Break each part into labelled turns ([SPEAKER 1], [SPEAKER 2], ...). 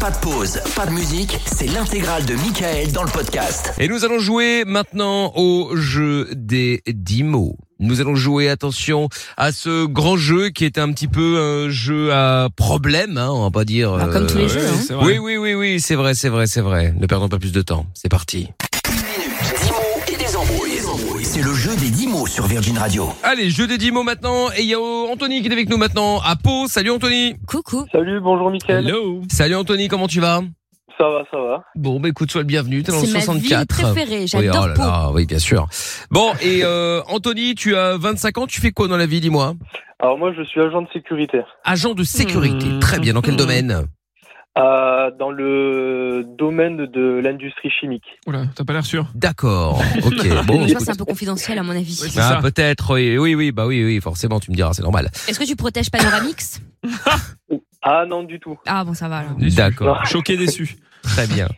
[SPEAKER 1] Pas de pause, pas de musique, c'est l'intégrale de Michael dans le podcast.
[SPEAKER 2] Et nous allons jouer maintenant au jeu des 10 mots. Nous allons jouer, attention, à ce grand jeu qui est un petit peu un jeu à problème, hein, on va pas dire.
[SPEAKER 3] Bah, comme tous les
[SPEAKER 2] euh,
[SPEAKER 3] jeux, hein.
[SPEAKER 4] c'est
[SPEAKER 2] Oui, oui, oui, oui, c'est vrai, c'est vrai, c'est vrai. Ne perdons pas plus de temps. C'est parti.
[SPEAKER 1] Dix mots et des embrouilles. C'est le jeu des 10 mots sur Virgin Radio.
[SPEAKER 2] Allez, jeu des 10 mots maintenant. Et il y a euh, Anthony qui est avec nous maintenant à Pau. Salut Anthony.
[SPEAKER 3] Coucou.
[SPEAKER 5] Salut, bonjour Mickaël.
[SPEAKER 4] Hello.
[SPEAKER 2] Salut Anthony, comment tu vas
[SPEAKER 5] Ça va, ça va.
[SPEAKER 2] Bon, bah écoute, sois le bienvenu. T'es dans le
[SPEAKER 3] C'est ma
[SPEAKER 2] 64.
[SPEAKER 3] ville préférée.
[SPEAKER 2] Oui, oh
[SPEAKER 3] J'adore
[SPEAKER 2] là
[SPEAKER 3] Pau.
[SPEAKER 2] là, oui, bien sûr. Bon, et euh, Anthony, tu as 25 ans, tu fais quoi dans la vie, dis-moi
[SPEAKER 5] Alors moi, je suis agent de sécurité
[SPEAKER 2] Agent de sécurité,
[SPEAKER 4] Hmm.
[SPEAKER 5] Mmh.
[SPEAKER 2] très bien, dans quel
[SPEAKER 5] Mmh.
[SPEAKER 2] domaine
[SPEAKER 5] euh, dans le domaine de l'industrie chimique.
[SPEAKER 4] Oula, t'as pas l'air sûr.
[SPEAKER 2] D'accord, ok, bon.
[SPEAKER 3] Mais Je pense que c'est un peu confidentiel à mon avis.
[SPEAKER 4] Oui, c'est
[SPEAKER 2] Ah,
[SPEAKER 4] ça.
[SPEAKER 2] peut-être, oui, oui, oui, bah oui, oui, forcément, tu me diras, c'est normal.
[SPEAKER 3] Est-ce que tu protèges Panoramix
[SPEAKER 5] Ah non, du tout.
[SPEAKER 3] Ah bon, ça va alors.
[SPEAKER 4] Déçu.
[SPEAKER 2] D'accord,
[SPEAKER 4] Choqué, déçu.
[SPEAKER 2] très bien.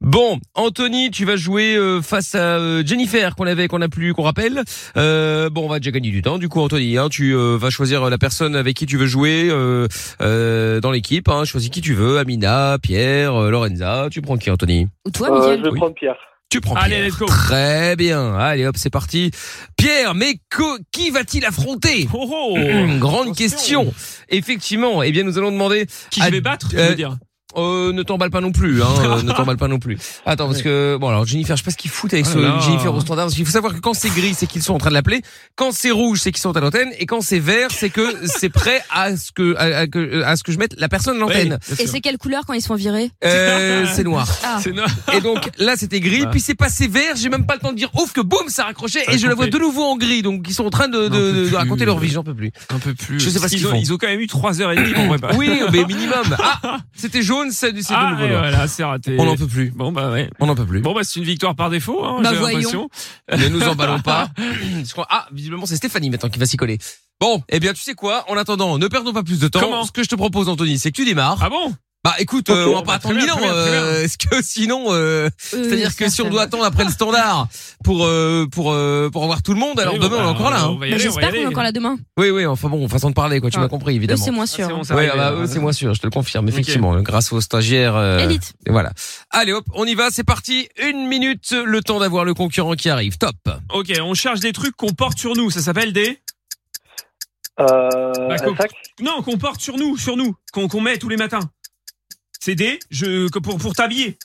[SPEAKER 2] Bon, Anthony, tu vas jouer euh, face à euh, Jennifer qu'on avait, qu'on a plus, qu'on rappelle. Euh, bon, on va déjà gagner du temps. Du coup, Anthony, hein, tu euh, vas choisir la personne avec qui tu veux jouer euh, euh, dans l'équipe. Hein, choisis qui tu veux, Amina, Pierre, euh, Lorenza. Tu prends qui, Anthony
[SPEAKER 3] Ou toi,
[SPEAKER 5] Euh, je
[SPEAKER 3] Miguel
[SPEAKER 5] vais
[SPEAKER 2] oui.
[SPEAKER 5] prendre Pierre.
[SPEAKER 2] Tu prends
[SPEAKER 4] Allez,
[SPEAKER 2] Pierre.
[SPEAKER 4] let's go.
[SPEAKER 2] Très bien. Allez, hop, c'est parti. Pierre, mais co- qui va-t-il affronter
[SPEAKER 4] Oh oh.
[SPEAKER 2] Hum, Grande
[SPEAKER 4] Attention.
[SPEAKER 2] question. Effectivement. Eh bien, nous allons demander.
[SPEAKER 4] Qui
[SPEAKER 2] Ah,
[SPEAKER 4] je vais battre, tu
[SPEAKER 2] euh,
[SPEAKER 4] veux dire
[SPEAKER 2] Euh, ne t'emballe pas non plus. Hein, euh, ne t'emballe pas non plus. Attends, parce que bon, alors Jennifer, je sais pas ce qu'ils foutent avec ce
[SPEAKER 4] Ah là.
[SPEAKER 2] Jennifer au standard. Parce qu'il faut savoir que quand c'est gris, c'est qu'ils sont en train de l'appeler. Quand c'est rouge, c'est qu'ils sont à l'antenne. Et quand c'est vert, c'est que c'est prêt à ce que à, à que à ce que je mette la personne à l'antenne.
[SPEAKER 4] Oui, bien
[SPEAKER 3] Et
[SPEAKER 4] sûr.
[SPEAKER 3] c'est quelle couleur quand ils se font virer
[SPEAKER 2] Euh, c'est noir.
[SPEAKER 3] Ah,
[SPEAKER 4] C'est no-
[SPEAKER 2] Et donc là c'était gris,
[SPEAKER 4] Ah.
[SPEAKER 2] puis c'est passé vert, j'ai même pas le temps de dire ouf que boum ça raccrochait et
[SPEAKER 4] a
[SPEAKER 2] je la vois
[SPEAKER 4] compté.
[SPEAKER 2] de nouveau en gris donc ils sont en train de, de,
[SPEAKER 4] J'en peux
[SPEAKER 2] de
[SPEAKER 4] plus.
[SPEAKER 2] raconter leur vie, j'en peux plus.
[SPEAKER 4] un peu plus.
[SPEAKER 2] Je sais pas ce
[SPEAKER 4] ils
[SPEAKER 2] qu'ils
[SPEAKER 4] ont,
[SPEAKER 2] font.
[SPEAKER 4] Ils ont quand même eu 3h30 en vrai. Bah.
[SPEAKER 2] Oui, mais minimum. Ah, c'était jaune, c'est c'est de
[SPEAKER 4] ah,
[SPEAKER 2] nouveau
[SPEAKER 4] ouais,
[SPEAKER 2] noir.
[SPEAKER 4] voilà, c'est raté.
[SPEAKER 2] On n'en peut plus.
[SPEAKER 4] Bon bah ouais.
[SPEAKER 2] On n'en peut plus.
[SPEAKER 4] Bon bah c'est une victoire par défaut. Hein,
[SPEAKER 3] Bah,
[SPEAKER 4] j'ai
[SPEAKER 3] voyons.
[SPEAKER 4] l'impression.
[SPEAKER 2] Ne nous emballons pas. Parce qu'on- ah, visiblement c'est Stéphanie maintenant qui va s'y coller. Bon, eh bien tu sais quoi, en attendant, ne perdons pas plus de temps.
[SPEAKER 4] Comment
[SPEAKER 2] ce que je te propose Anthony, c'est que tu démarres.
[SPEAKER 4] Ah bon
[SPEAKER 2] Bah écoute, euh,
[SPEAKER 5] Ok.
[SPEAKER 2] on va pas
[SPEAKER 4] Bah,
[SPEAKER 2] attendre
[SPEAKER 4] très
[SPEAKER 2] mille
[SPEAKER 4] bien,
[SPEAKER 2] ans
[SPEAKER 4] très bien, très
[SPEAKER 2] euh, parce que sinon euh, c'est-à-dire que si on doit attendre après le standard pour euh, pour euh, pour avoir tout le monde, alors
[SPEAKER 4] Oui, bon,
[SPEAKER 2] demain on est
[SPEAKER 4] bah,
[SPEAKER 2] encore là. hein.
[SPEAKER 4] on va y
[SPEAKER 3] Mais
[SPEAKER 4] aller, on va y
[SPEAKER 3] J'espère qu'on est
[SPEAKER 4] aller.
[SPEAKER 3] encore là demain.
[SPEAKER 2] Oui, oui, enfin bon, façon de parler, quoi, tu
[SPEAKER 3] Ah.
[SPEAKER 2] m'as compris,
[SPEAKER 3] Eux,
[SPEAKER 2] évidemment.
[SPEAKER 3] c'est moins
[SPEAKER 4] Ah, c'est
[SPEAKER 3] sûr.
[SPEAKER 4] bon, ça
[SPEAKER 2] Oui,
[SPEAKER 4] arrive,
[SPEAKER 2] ah bah,
[SPEAKER 3] euh,
[SPEAKER 4] là.
[SPEAKER 2] eux, c'est moins sûr, je te le confirme, effectivement, grâce aux stagiaires. euh,
[SPEAKER 3] Élite.
[SPEAKER 2] et voilà. Allez, hop, on y va, c'est parti. Une minute, le temps d'avoir le concurrent qui arrive. Top.
[SPEAKER 4] Ok, on charge des trucs qu'on porte sur nous. Ça s'appelle des.
[SPEAKER 5] Euh,
[SPEAKER 4] D'accord.
[SPEAKER 5] un sac
[SPEAKER 4] Non, qu'on porte sur nous, sur nous, qu'on qu'on met tous les matins. C'est des. Je que pour pour t'habiller.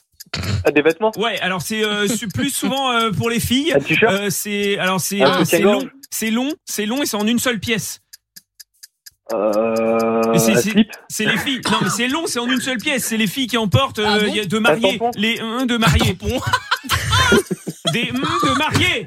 [SPEAKER 5] Ah, Des vêtements
[SPEAKER 4] Ouais, alors c'est euh, su- plus souvent euh, pour les filles.
[SPEAKER 5] Un t-shirt
[SPEAKER 4] Euh, c'est alors c'est
[SPEAKER 5] Ah,
[SPEAKER 4] euh,
[SPEAKER 5] un
[SPEAKER 4] c'est
[SPEAKER 5] soutien-gorge.
[SPEAKER 4] long, c'est long, c'est long et c'est en une seule pièce.
[SPEAKER 5] euh,
[SPEAKER 4] Et c'est-
[SPEAKER 5] Un
[SPEAKER 4] c'est-
[SPEAKER 5] slip
[SPEAKER 4] C'est les filles. Non mais c'est long, c'est en une seule pièce. C'est les filles qui emportent.
[SPEAKER 3] Ah
[SPEAKER 4] euh,
[SPEAKER 3] bon
[SPEAKER 4] y a deux mariés,
[SPEAKER 5] tampon
[SPEAKER 4] les un de mariés, des un de mariés.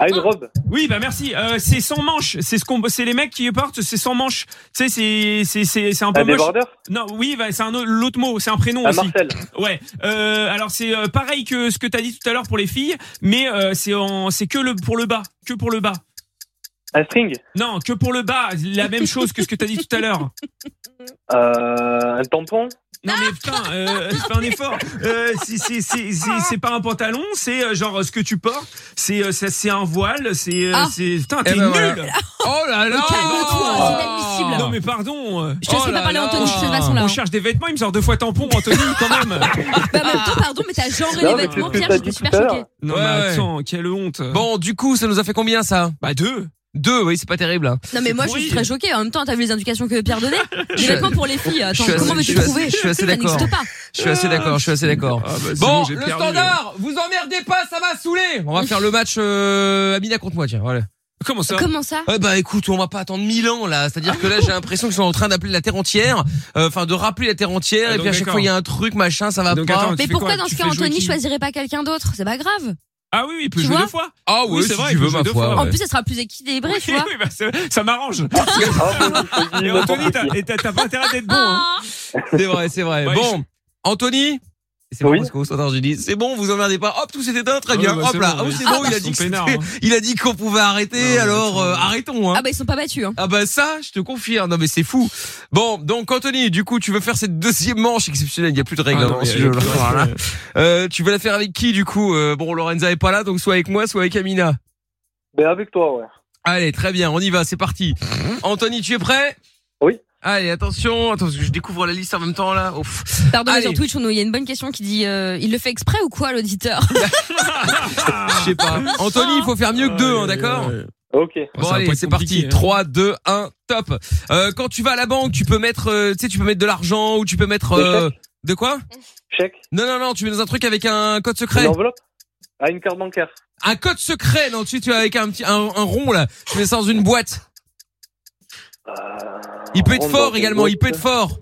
[SPEAKER 5] Ah, une robe
[SPEAKER 4] Oui bah merci. Euh, c'est sans manches. C'est ce qu'on, c'est les mecs qui portent. C'est sans manches. Tu sais c'est c'est c'est c'est un peu
[SPEAKER 5] Un
[SPEAKER 4] moche.
[SPEAKER 5] débardeur
[SPEAKER 4] Non oui bah, c'est un autre- l'autre mot. C'est un prénom
[SPEAKER 5] Un
[SPEAKER 4] aussi.
[SPEAKER 5] Marcel
[SPEAKER 4] Ouais. Euh, alors c'est euh, pareil que ce que t'as dit tout à l'heure pour les filles, mais euh, c'est en c'est que le pour le bas, que pour le bas.
[SPEAKER 5] Un string
[SPEAKER 4] Non, que pour le bas, la même chose que ce que t'as dit tout à l'heure.
[SPEAKER 5] euh, Un tampon
[SPEAKER 4] Non mais putain, euh, fais un effort. Euh, c'est- c'est- c'est c'est- c'est pas un pantalon, c'est euh, genre ce que tu portes, c'est euh, c'est c'est un voile, c'est euh,
[SPEAKER 3] Ah.
[SPEAKER 4] c'est putain
[SPEAKER 2] Eh
[SPEAKER 4] t'es
[SPEAKER 2] ben
[SPEAKER 4] nul.
[SPEAKER 2] voilà. Ah. Oh là Oh. là
[SPEAKER 3] calme-toi, c'est inadmissible.
[SPEAKER 4] Non mais pardon. euh,
[SPEAKER 3] Je
[SPEAKER 2] Oh
[SPEAKER 3] te laisse
[SPEAKER 2] là
[SPEAKER 3] pas parler
[SPEAKER 2] là.
[SPEAKER 3] Anthony de cette façon là.
[SPEAKER 4] On cherche des vêtements, il me sort deux fois tampon, Anthony, quand même.
[SPEAKER 3] Bah, en même temps, pardon, mais t'as genré
[SPEAKER 5] Non,
[SPEAKER 3] les
[SPEAKER 5] mais
[SPEAKER 3] vêtements,
[SPEAKER 5] c'est
[SPEAKER 3] Pierre,
[SPEAKER 5] ce que t'as
[SPEAKER 3] j'étais
[SPEAKER 5] dit
[SPEAKER 3] super
[SPEAKER 5] tout à l'heure.
[SPEAKER 3] choquée.
[SPEAKER 4] Non
[SPEAKER 2] Ouais,
[SPEAKER 4] mais
[SPEAKER 2] ouais.
[SPEAKER 4] attends, quelle honte.
[SPEAKER 2] Bon, du coup, ça nous a fait combien ça
[SPEAKER 4] bah deux.
[SPEAKER 2] Deux, oui, c'est pas terrible. hein.
[SPEAKER 3] Non, mais moi, je
[SPEAKER 4] pourri.
[SPEAKER 3] suis très choquée. En même temps, t'as vu les indications que Pierre donnait Les
[SPEAKER 2] suis-
[SPEAKER 3] vêtements pour les filles. Attends,
[SPEAKER 2] suis assez-
[SPEAKER 3] comment
[SPEAKER 2] je
[SPEAKER 3] veux-tu
[SPEAKER 2] suis assez-
[SPEAKER 3] trouver
[SPEAKER 2] je suis assez
[SPEAKER 3] Ça
[SPEAKER 2] d'accord.
[SPEAKER 3] n'existe pas.
[SPEAKER 2] Je suis assez d'accord, je suis assez d'accord.
[SPEAKER 4] Ah, bah, c'est
[SPEAKER 2] Bon,
[SPEAKER 4] j'ai
[SPEAKER 2] le
[SPEAKER 4] perdu.
[SPEAKER 2] standard, vous emmerdez pas, ça va saouler. On va faire le match euh, Amina contre moi, tiens, voilà.
[SPEAKER 4] Comment ça
[SPEAKER 3] Comment ça
[SPEAKER 2] Ouais, bah écoute, on va pas attendre mille ans là. C'est-à-dire que là, j'ai l'impression qu'ils sont en train d'appeler la terre entière, euh, enfin de rappeler la terre entière.
[SPEAKER 4] Ah,
[SPEAKER 2] et
[SPEAKER 4] donc,
[SPEAKER 2] puis à chaque
[SPEAKER 4] d'accord.
[SPEAKER 2] fois, il y a un truc, machin, ça va
[SPEAKER 4] Donc,
[SPEAKER 2] pas.
[SPEAKER 4] attends, Tu
[SPEAKER 3] Mais
[SPEAKER 4] fais
[SPEAKER 3] pourquoi
[SPEAKER 4] quoi
[SPEAKER 3] dans ce
[SPEAKER 4] Tu
[SPEAKER 3] cas,
[SPEAKER 4] fais jouer
[SPEAKER 3] Anthony
[SPEAKER 4] qui
[SPEAKER 3] choisirait pas quelqu'un d'autre C'est pas grave.
[SPEAKER 4] Ah oui oui, il peut
[SPEAKER 3] Tu
[SPEAKER 4] jouer
[SPEAKER 3] vois
[SPEAKER 4] deux fois.
[SPEAKER 2] Ah
[SPEAKER 4] oui,
[SPEAKER 2] ouais,
[SPEAKER 4] c'est
[SPEAKER 2] si
[SPEAKER 4] vrai,
[SPEAKER 2] tu
[SPEAKER 4] il
[SPEAKER 2] veux
[SPEAKER 4] faut
[SPEAKER 2] ma
[SPEAKER 4] jouer deux
[SPEAKER 2] foi.
[SPEAKER 4] fois.
[SPEAKER 2] ouais.
[SPEAKER 3] En plus, ça sera plus équilibré, tu
[SPEAKER 4] oui,
[SPEAKER 3] vois.
[SPEAKER 4] oui, bah, c'est- ça m'arrange.
[SPEAKER 5] Ah, bon, je choisis
[SPEAKER 4] Et
[SPEAKER 5] n'importe
[SPEAKER 4] Anthony, t'as
[SPEAKER 5] qui.
[SPEAKER 4] et t'as- t'as pas intérêt d'être bon. Hein.
[SPEAKER 3] Ah.
[SPEAKER 2] C'est vrai, c'est vrai.
[SPEAKER 4] Ouais,
[SPEAKER 2] bon, Anthony. C'est
[SPEAKER 5] Oui.
[SPEAKER 2] bon, parce qu'au standard, je dis, c'est bon, vous emmerdez pas. Hop, tout s'est éteint, très
[SPEAKER 4] Ouais,
[SPEAKER 2] bien.
[SPEAKER 4] bah,
[SPEAKER 2] Hop
[SPEAKER 4] c'est
[SPEAKER 2] là.
[SPEAKER 4] bon,
[SPEAKER 2] Ah oui,
[SPEAKER 4] ouais.
[SPEAKER 2] c'est bon, il a
[SPEAKER 4] Ils
[SPEAKER 2] dit
[SPEAKER 4] sont
[SPEAKER 2] que
[SPEAKER 4] peinards,
[SPEAKER 2] c'était-
[SPEAKER 4] hein.
[SPEAKER 2] il a dit qu'on pouvait
[SPEAKER 4] Non,
[SPEAKER 2] arrêter,
[SPEAKER 4] mais
[SPEAKER 2] alors,
[SPEAKER 4] attends.
[SPEAKER 2] euh, arrêtons, hein.
[SPEAKER 3] Ah bah ils sont pas battus. Hein.
[SPEAKER 2] Ah bah ça, je te confirme. Non mais c'est fou. Bon, donc Anthony, du coup, tu veux faire cette deuxième manche exceptionnelle. Il y a plus de règles
[SPEAKER 4] Ah
[SPEAKER 2] hein,
[SPEAKER 4] non,
[SPEAKER 2] dans
[SPEAKER 4] mais-
[SPEAKER 2] ce jeu-là.
[SPEAKER 4] ouais,
[SPEAKER 2] Voilà.
[SPEAKER 4] ouais.
[SPEAKER 2] Euh, tu veux la faire avec qui du coup Euh, Bon, Lorenza est pas là, donc soit avec moi, soit avec Amina.
[SPEAKER 5] Ben, avec toi, ouais.
[SPEAKER 2] Allez, très bien, on y va, c'est parti. Anthony, tu es prêt
[SPEAKER 5] Oui.
[SPEAKER 2] Allez, attention, attends, parce que je découvre la liste en même temps là. Ouf.
[SPEAKER 3] Pardon, mais
[SPEAKER 2] Allez.
[SPEAKER 3] sur Twitch, on nous- il y a une bonne question qui dit euh, il le fait exprès ou quoi, l'auditeur
[SPEAKER 2] Je sais pas. Anthony, il faut faire mieux que deux, hein, d'accord
[SPEAKER 5] Ok.
[SPEAKER 2] Bon allez, c'est parti.
[SPEAKER 4] hein.
[SPEAKER 2] 3, 2, 1, top. Euh, quand tu vas à la banque, tu peux mettre, euh, tu sais, tu peux mettre de l'argent ou tu peux mettre euh, de quoi
[SPEAKER 5] Chèque
[SPEAKER 2] Non, non, non, tu mets dans un truc avec un code secret.
[SPEAKER 5] Une enveloppe Ah, une carte bancaire.
[SPEAKER 2] Un code secret, non, tu sais, tu as avec un petit, un, un rond là. Tu mets ça dans une boîte.
[SPEAKER 5] Euh,
[SPEAKER 2] Il peut être
[SPEAKER 5] rentre dans
[SPEAKER 2] fort
[SPEAKER 5] une
[SPEAKER 2] également. Il peut
[SPEAKER 5] boîte.
[SPEAKER 2] être fort.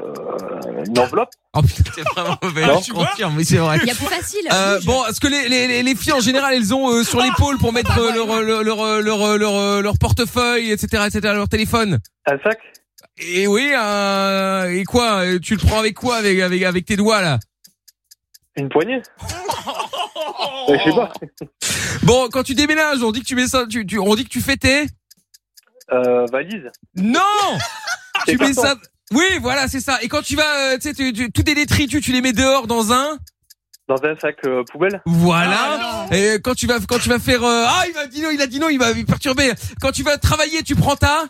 [SPEAKER 5] Euh, une enveloppe
[SPEAKER 2] Oh putain, c'est vraiment mauvais.
[SPEAKER 5] Non.
[SPEAKER 2] je confirme, mais c'est vrai.
[SPEAKER 3] Ah, Il y a plus facile.
[SPEAKER 2] Euh, bon, est-ce que les, les, les, les filles en général, elles ont euh, sur l'épaule pour mettre euh, leur, leur, leur, euh, leur, leur, leur portefeuille, etc., etc., leur téléphone
[SPEAKER 5] Un sac
[SPEAKER 2] Et oui, euh, et quoi euh, Tu le prends avec quoi avec, avec, avec tes doigts là
[SPEAKER 5] Une poignée Euh, Je sais pas.
[SPEAKER 2] Bon, quand tu déménages, on dit que tu mets ça, tu, tu- on dit que tu fais tes...
[SPEAKER 5] Euh, valise
[SPEAKER 2] Non Ah, Tu
[SPEAKER 5] Tes
[SPEAKER 2] mets
[SPEAKER 5] cartons.
[SPEAKER 2] ça... Oui, voilà, c'est ça. Et quand tu vas, euh, tu sais, tu- tu- tous tes détritus, tu les mets dehors dans un...
[SPEAKER 5] Dans un sac euh, poubelle
[SPEAKER 2] Voilà. et quand tu vas, quand tu vas faire... euh, Ah, il m'a dit non, il a dit non, il m'a perturbé. Quand tu vas travailler, tu prends ta...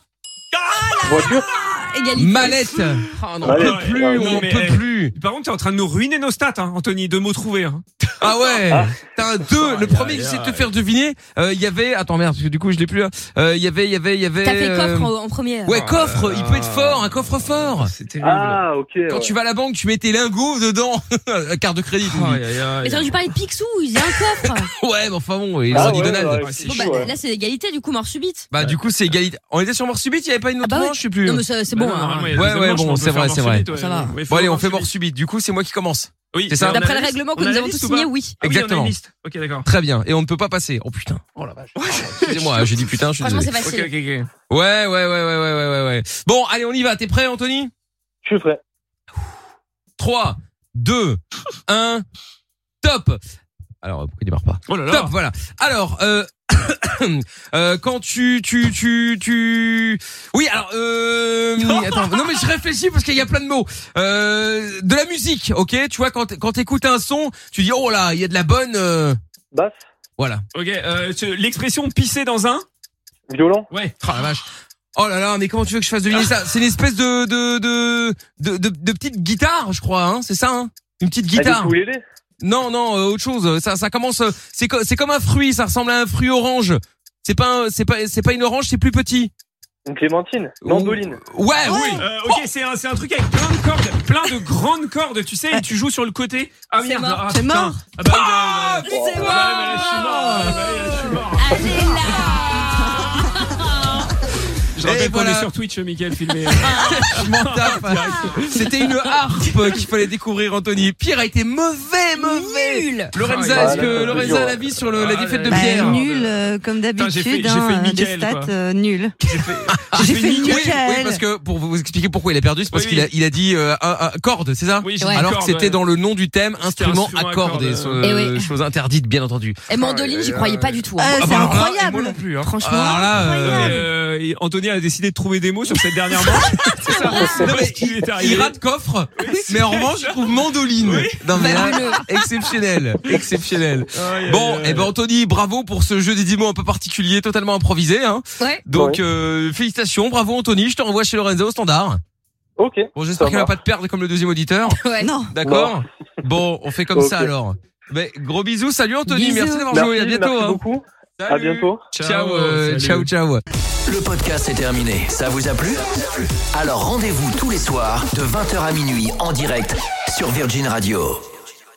[SPEAKER 5] Voiture
[SPEAKER 3] Égalité.
[SPEAKER 2] Mallette. Oh, on n'en
[SPEAKER 5] Mallette.
[SPEAKER 2] peut plus,
[SPEAKER 5] Ah,
[SPEAKER 2] on
[SPEAKER 4] non,
[SPEAKER 2] n'en
[SPEAKER 4] mais,
[SPEAKER 2] peut
[SPEAKER 4] eh.
[SPEAKER 2] plus.
[SPEAKER 4] Par contre, t'es en train de nous ruiner nos stats, hein, Anthony. Deux mots trouvés. Hein.
[SPEAKER 2] Ah ouais.
[SPEAKER 5] Ah.
[SPEAKER 2] T'as un deux. Le
[SPEAKER 4] Aïe,
[SPEAKER 2] premier
[SPEAKER 4] aïe,
[SPEAKER 2] que j'essaie de te
[SPEAKER 4] aïe.
[SPEAKER 2] faire deviner, euh, il y avait. Attends merde, parce que du coup je l'ai plus. là. Euh, Il y avait, il y avait, il y avait.
[SPEAKER 3] T'as fait
[SPEAKER 2] euh,
[SPEAKER 3] coffre en, en premier.
[SPEAKER 2] Ouais, coffre.
[SPEAKER 4] là
[SPEAKER 2] Il
[SPEAKER 4] là.
[SPEAKER 2] peut être fort, un coffre fort.
[SPEAKER 4] Ah, C'est terrible.
[SPEAKER 5] Ah, ok.
[SPEAKER 2] Quand
[SPEAKER 5] ouais.
[SPEAKER 2] tu vas à la banque, tu mets tes lingots dedans, La carte de crédit. tu
[SPEAKER 4] Oh, Aïe, aïe, aïe. Bah
[SPEAKER 3] Mais t'aurais dû parler de Picsou, il y a un coffre.
[SPEAKER 2] dis. Ouais, mais enfin bon, ils
[SPEAKER 5] Ah
[SPEAKER 2] ont dit
[SPEAKER 5] ouais,
[SPEAKER 2] Donald.
[SPEAKER 5] ouais,
[SPEAKER 4] Ouais,
[SPEAKER 5] c'est
[SPEAKER 4] bon,
[SPEAKER 3] Bon,
[SPEAKER 5] chaud,
[SPEAKER 3] bah,
[SPEAKER 5] ouais.
[SPEAKER 3] là, c'est l'égalité, du coup, mort subite.
[SPEAKER 2] Bah du coup c'est égalité. On était sur mort subite, il y avait pas une autre
[SPEAKER 3] Ah bah
[SPEAKER 2] manche,
[SPEAKER 3] ouais.
[SPEAKER 2] je sais plus.
[SPEAKER 3] Non, mais ça- c'est bon.
[SPEAKER 4] Bah non,
[SPEAKER 3] hein.
[SPEAKER 4] normalement, il y a
[SPEAKER 2] Ouais,
[SPEAKER 4] des
[SPEAKER 2] ouais,
[SPEAKER 4] manches,
[SPEAKER 2] bon,
[SPEAKER 4] mais on peut
[SPEAKER 2] c'est
[SPEAKER 4] faire
[SPEAKER 2] vrai,
[SPEAKER 4] mort
[SPEAKER 2] c'est vrai.
[SPEAKER 4] subite, ouais,
[SPEAKER 3] Ça va.
[SPEAKER 4] mais il faut
[SPEAKER 2] Bon allez, on
[SPEAKER 4] mort
[SPEAKER 2] fait mort
[SPEAKER 4] subite.
[SPEAKER 2] subite. Du coup, c'est moi qui commence.
[SPEAKER 4] Oui,
[SPEAKER 2] C'est ça.
[SPEAKER 4] on a
[SPEAKER 3] D'après
[SPEAKER 4] la
[SPEAKER 3] le
[SPEAKER 4] liste.
[SPEAKER 3] règlement que
[SPEAKER 4] On a
[SPEAKER 3] nous
[SPEAKER 4] la
[SPEAKER 3] avons
[SPEAKER 4] liste
[SPEAKER 3] tous
[SPEAKER 4] ou pas
[SPEAKER 3] signé, oui.
[SPEAKER 4] Ah oui, on a une
[SPEAKER 2] Exactement.
[SPEAKER 4] liste. Ok, d'accord.
[SPEAKER 2] Très bien. Et on ne peut pas passer. Oh putain. Oh la vache. Excusez-moi, hein, j'ai dit putain, je suis
[SPEAKER 3] Franchement,
[SPEAKER 2] désolé.
[SPEAKER 3] c'est
[SPEAKER 4] Ok,
[SPEAKER 3] facile.
[SPEAKER 4] ok, ok.
[SPEAKER 2] Ouais, ouais, ouais, ouais, ouais, ouais, ouais, ouais. Bon, allez, on y va. T'es prêt, Anthony
[SPEAKER 5] Je suis prêt.
[SPEAKER 2] 3, 2, 1, top Alors, pourquoi il démarre pas
[SPEAKER 4] Oh là là.
[SPEAKER 2] Top, voilà. Alors, euh, euh, quand tu, tu, tu, tu... Oui, alors, euh... Attends, non mais je réfléchis parce qu'il y a plein de mots. Euh, de la musique, ok Tu vois, quand, quand t'écoutes un son, tu dis, oh là, il y a de la bonne... euh,
[SPEAKER 5] Basse
[SPEAKER 2] Voilà.
[SPEAKER 4] Ok, euh, tu- l'expression pisser dans un. Ah,
[SPEAKER 5] Violent
[SPEAKER 4] Ouais.
[SPEAKER 2] Oh la vache. Oh là là, mais comment tu veux que je fasse deviner ça C'est une espèce de de, de, de, de, de petite guitare, je crois, hein c'est ça, hein Une petite guitare.
[SPEAKER 5] Vous l'aider
[SPEAKER 2] Non, non, euh, autre chose. Ça, ça commence. euh, C'est co- c'est comme un fruit. Ça ressemble à un fruit orange. C'est pas, un- c'est pas, c'est pas une orange. C'est plus petit.
[SPEAKER 5] Une clémentine Mandoline
[SPEAKER 2] Ouais,
[SPEAKER 4] Oui. Euh, ok, c'est un, c'est un truc avec plein de cordes, plein de grandes cordes, tu sais, et tu joues sur le côté. Ah
[SPEAKER 3] C'est
[SPEAKER 4] merde,
[SPEAKER 3] mort,
[SPEAKER 4] ah,
[SPEAKER 3] c'est
[SPEAKER 4] putain.
[SPEAKER 3] mort.
[SPEAKER 4] Ah bah oui, bah oui, bah oui.
[SPEAKER 5] Oh,
[SPEAKER 4] Ah bah oui, bah là, je suis mort, ah bah oui, là, je suis mort.
[SPEAKER 3] Allez là
[SPEAKER 4] Je rappelle qu'on
[SPEAKER 2] voilà.
[SPEAKER 4] est sur Twitch, Michael, filmé.
[SPEAKER 2] je m'en tape. C'était une harpe qu'il fallait découvrir, Anthony. Pierre a été mauvais, mauvais.
[SPEAKER 3] Nul
[SPEAKER 2] Lorenza,
[SPEAKER 5] Ah,
[SPEAKER 2] est-ce que
[SPEAKER 5] là,
[SPEAKER 2] Lorenza a l'avis sur le- la
[SPEAKER 4] Ah,
[SPEAKER 2] défaite
[SPEAKER 4] là,
[SPEAKER 2] de
[SPEAKER 4] là.
[SPEAKER 6] Bah,
[SPEAKER 2] Pierre
[SPEAKER 6] nul, euh, comme
[SPEAKER 4] j'ai fait- j'ai
[SPEAKER 6] d'habitude,
[SPEAKER 4] fait
[SPEAKER 6] hein, des
[SPEAKER 4] Mickaël, quoi.
[SPEAKER 6] stats euh, nulles.
[SPEAKER 4] J'ai fait,
[SPEAKER 6] J'ai fait
[SPEAKER 4] Mickaël.
[SPEAKER 2] Ah, Oui,
[SPEAKER 6] Mickaël.
[SPEAKER 2] oui, parce que pour vous expliquer pourquoi il a perdu, c'est parce
[SPEAKER 4] Oui,
[SPEAKER 2] qu'il a,
[SPEAKER 4] oui.
[SPEAKER 2] il a dit euh, un- un- corde, c'est ça
[SPEAKER 4] Oui, j'ai
[SPEAKER 3] Ouais.
[SPEAKER 4] dit
[SPEAKER 2] Alors que
[SPEAKER 4] cordes,
[SPEAKER 2] c'était
[SPEAKER 4] ouais.
[SPEAKER 2] dans le nom du thème,
[SPEAKER 4] C'était
[SPEAKER 2] instrument
[SPEAKER 4] instrument
[SPEAKER 2] à
[SPEAKER 4] à
[SPEAKER 2] cordes,
[SPEAKER 4] cordes,
[SPEAKER 2] et
[SPEAKER 4] ouais.
[SPEAKER 2] ce-
[SPEAKER 3] Eh oui.
[SPEAKER 2] chose interdite, bien entendu.
[SPEAKER 3] Et Eh, Mandoline, j'y croyais pas du tout. hein.
[SPEAKER 6] Ah,
[SPEAKER 2] Ah,
[SPEAKER 6] c'est
[SPEAKER 2] bah, alors là,
[SPEAKER 6] incroyable.
[SPEAKER 4] moi non plus, hein.
[SPEAKER 6] Franchement,
[SPEAKER 2] Alors là, euh,
[SPEAKER 6] incroyable.
[SPEAKER 4] Euh, et Anthony a décidé de trouver des mots sur cette dernière manche. C'est ça. C'est
[SPEAKER 2] Non,
[SPEAKER 4] pas
[SPEAKER 2] mais
[SPEAKER 4] ce qui lui est
[SPEAKER 2] Il
[SPEAKER 4] arrivé.
[SPEAKER 2] rate coffre, mais en revanche, je trouve mandoline.
[SPEAKER 4] Oui.
[SPEAKER 2] Non, mais là,
[SPEAKER 3] Fabuleux.
[SPEAKER 2] exceptionnel, exceptionnel.
[SPEAKER 4] Aïe,
[SPEAKER 2] Bon,
[SPEAKER 4] aïe,
[SPEAKER 2] eh
[SPEAKER 4] aïe.
[SPEAKER 2] ben Anthony, bravo pour ce jeu des 10 mots un peu particulier, totalement improvisé. Hein.
[SPEAKER 3] Ouais.
[SPEAKER 2] Donc,
[SPEAKER 5] Ouais.
[SPEAKER 2] euh, félicitations, bravo Anthony, je te renvoie chez Lorenzo au standard.
[SPEAKER 5] Ok.
[SPEAKER 2] Bon, j'espère
[SPEAKER 5] Ça
[SPEAKER 2] qu'il va
[SPEAKER 5] marche.
[SPEAKER 2] pas te perdre comme le deuxième auditeur.
[SPEAKER 4] Euh,
[SPEAKER 3] Ouais.
[SPEAKER 6] Non.
[SPEAKER 2] D'accord Bon, on fait comme ça
[SPEAKER 5] Ok.
[SPEAKER 2] alors. Mais, gros bisous, salut Anthony,
[SPEAKER 3] Bisous.
[SPEAKER 2] merci d'avoir
[SPEAKER 5] Merci,
[SPEAKER 2] joué, à bientôt.
[SPEAKER 5] merci
[SPEAKER 2] hein.
[SPEAKER 5] beaucoup. À
[SPEAKER 2] Salut.
[SPEAKER 5] bientôt.
[SPEAKER 2] Ciao, euh,
[SPEAKER 4] salut.
[SPEAKER 2] ciao, ciao.
[SPEAKER 1] Le podcast est terminé. Ça vous a plu Alors rendez-vous tous les soirs de 20h à minuit en direct sur Virgin Radio.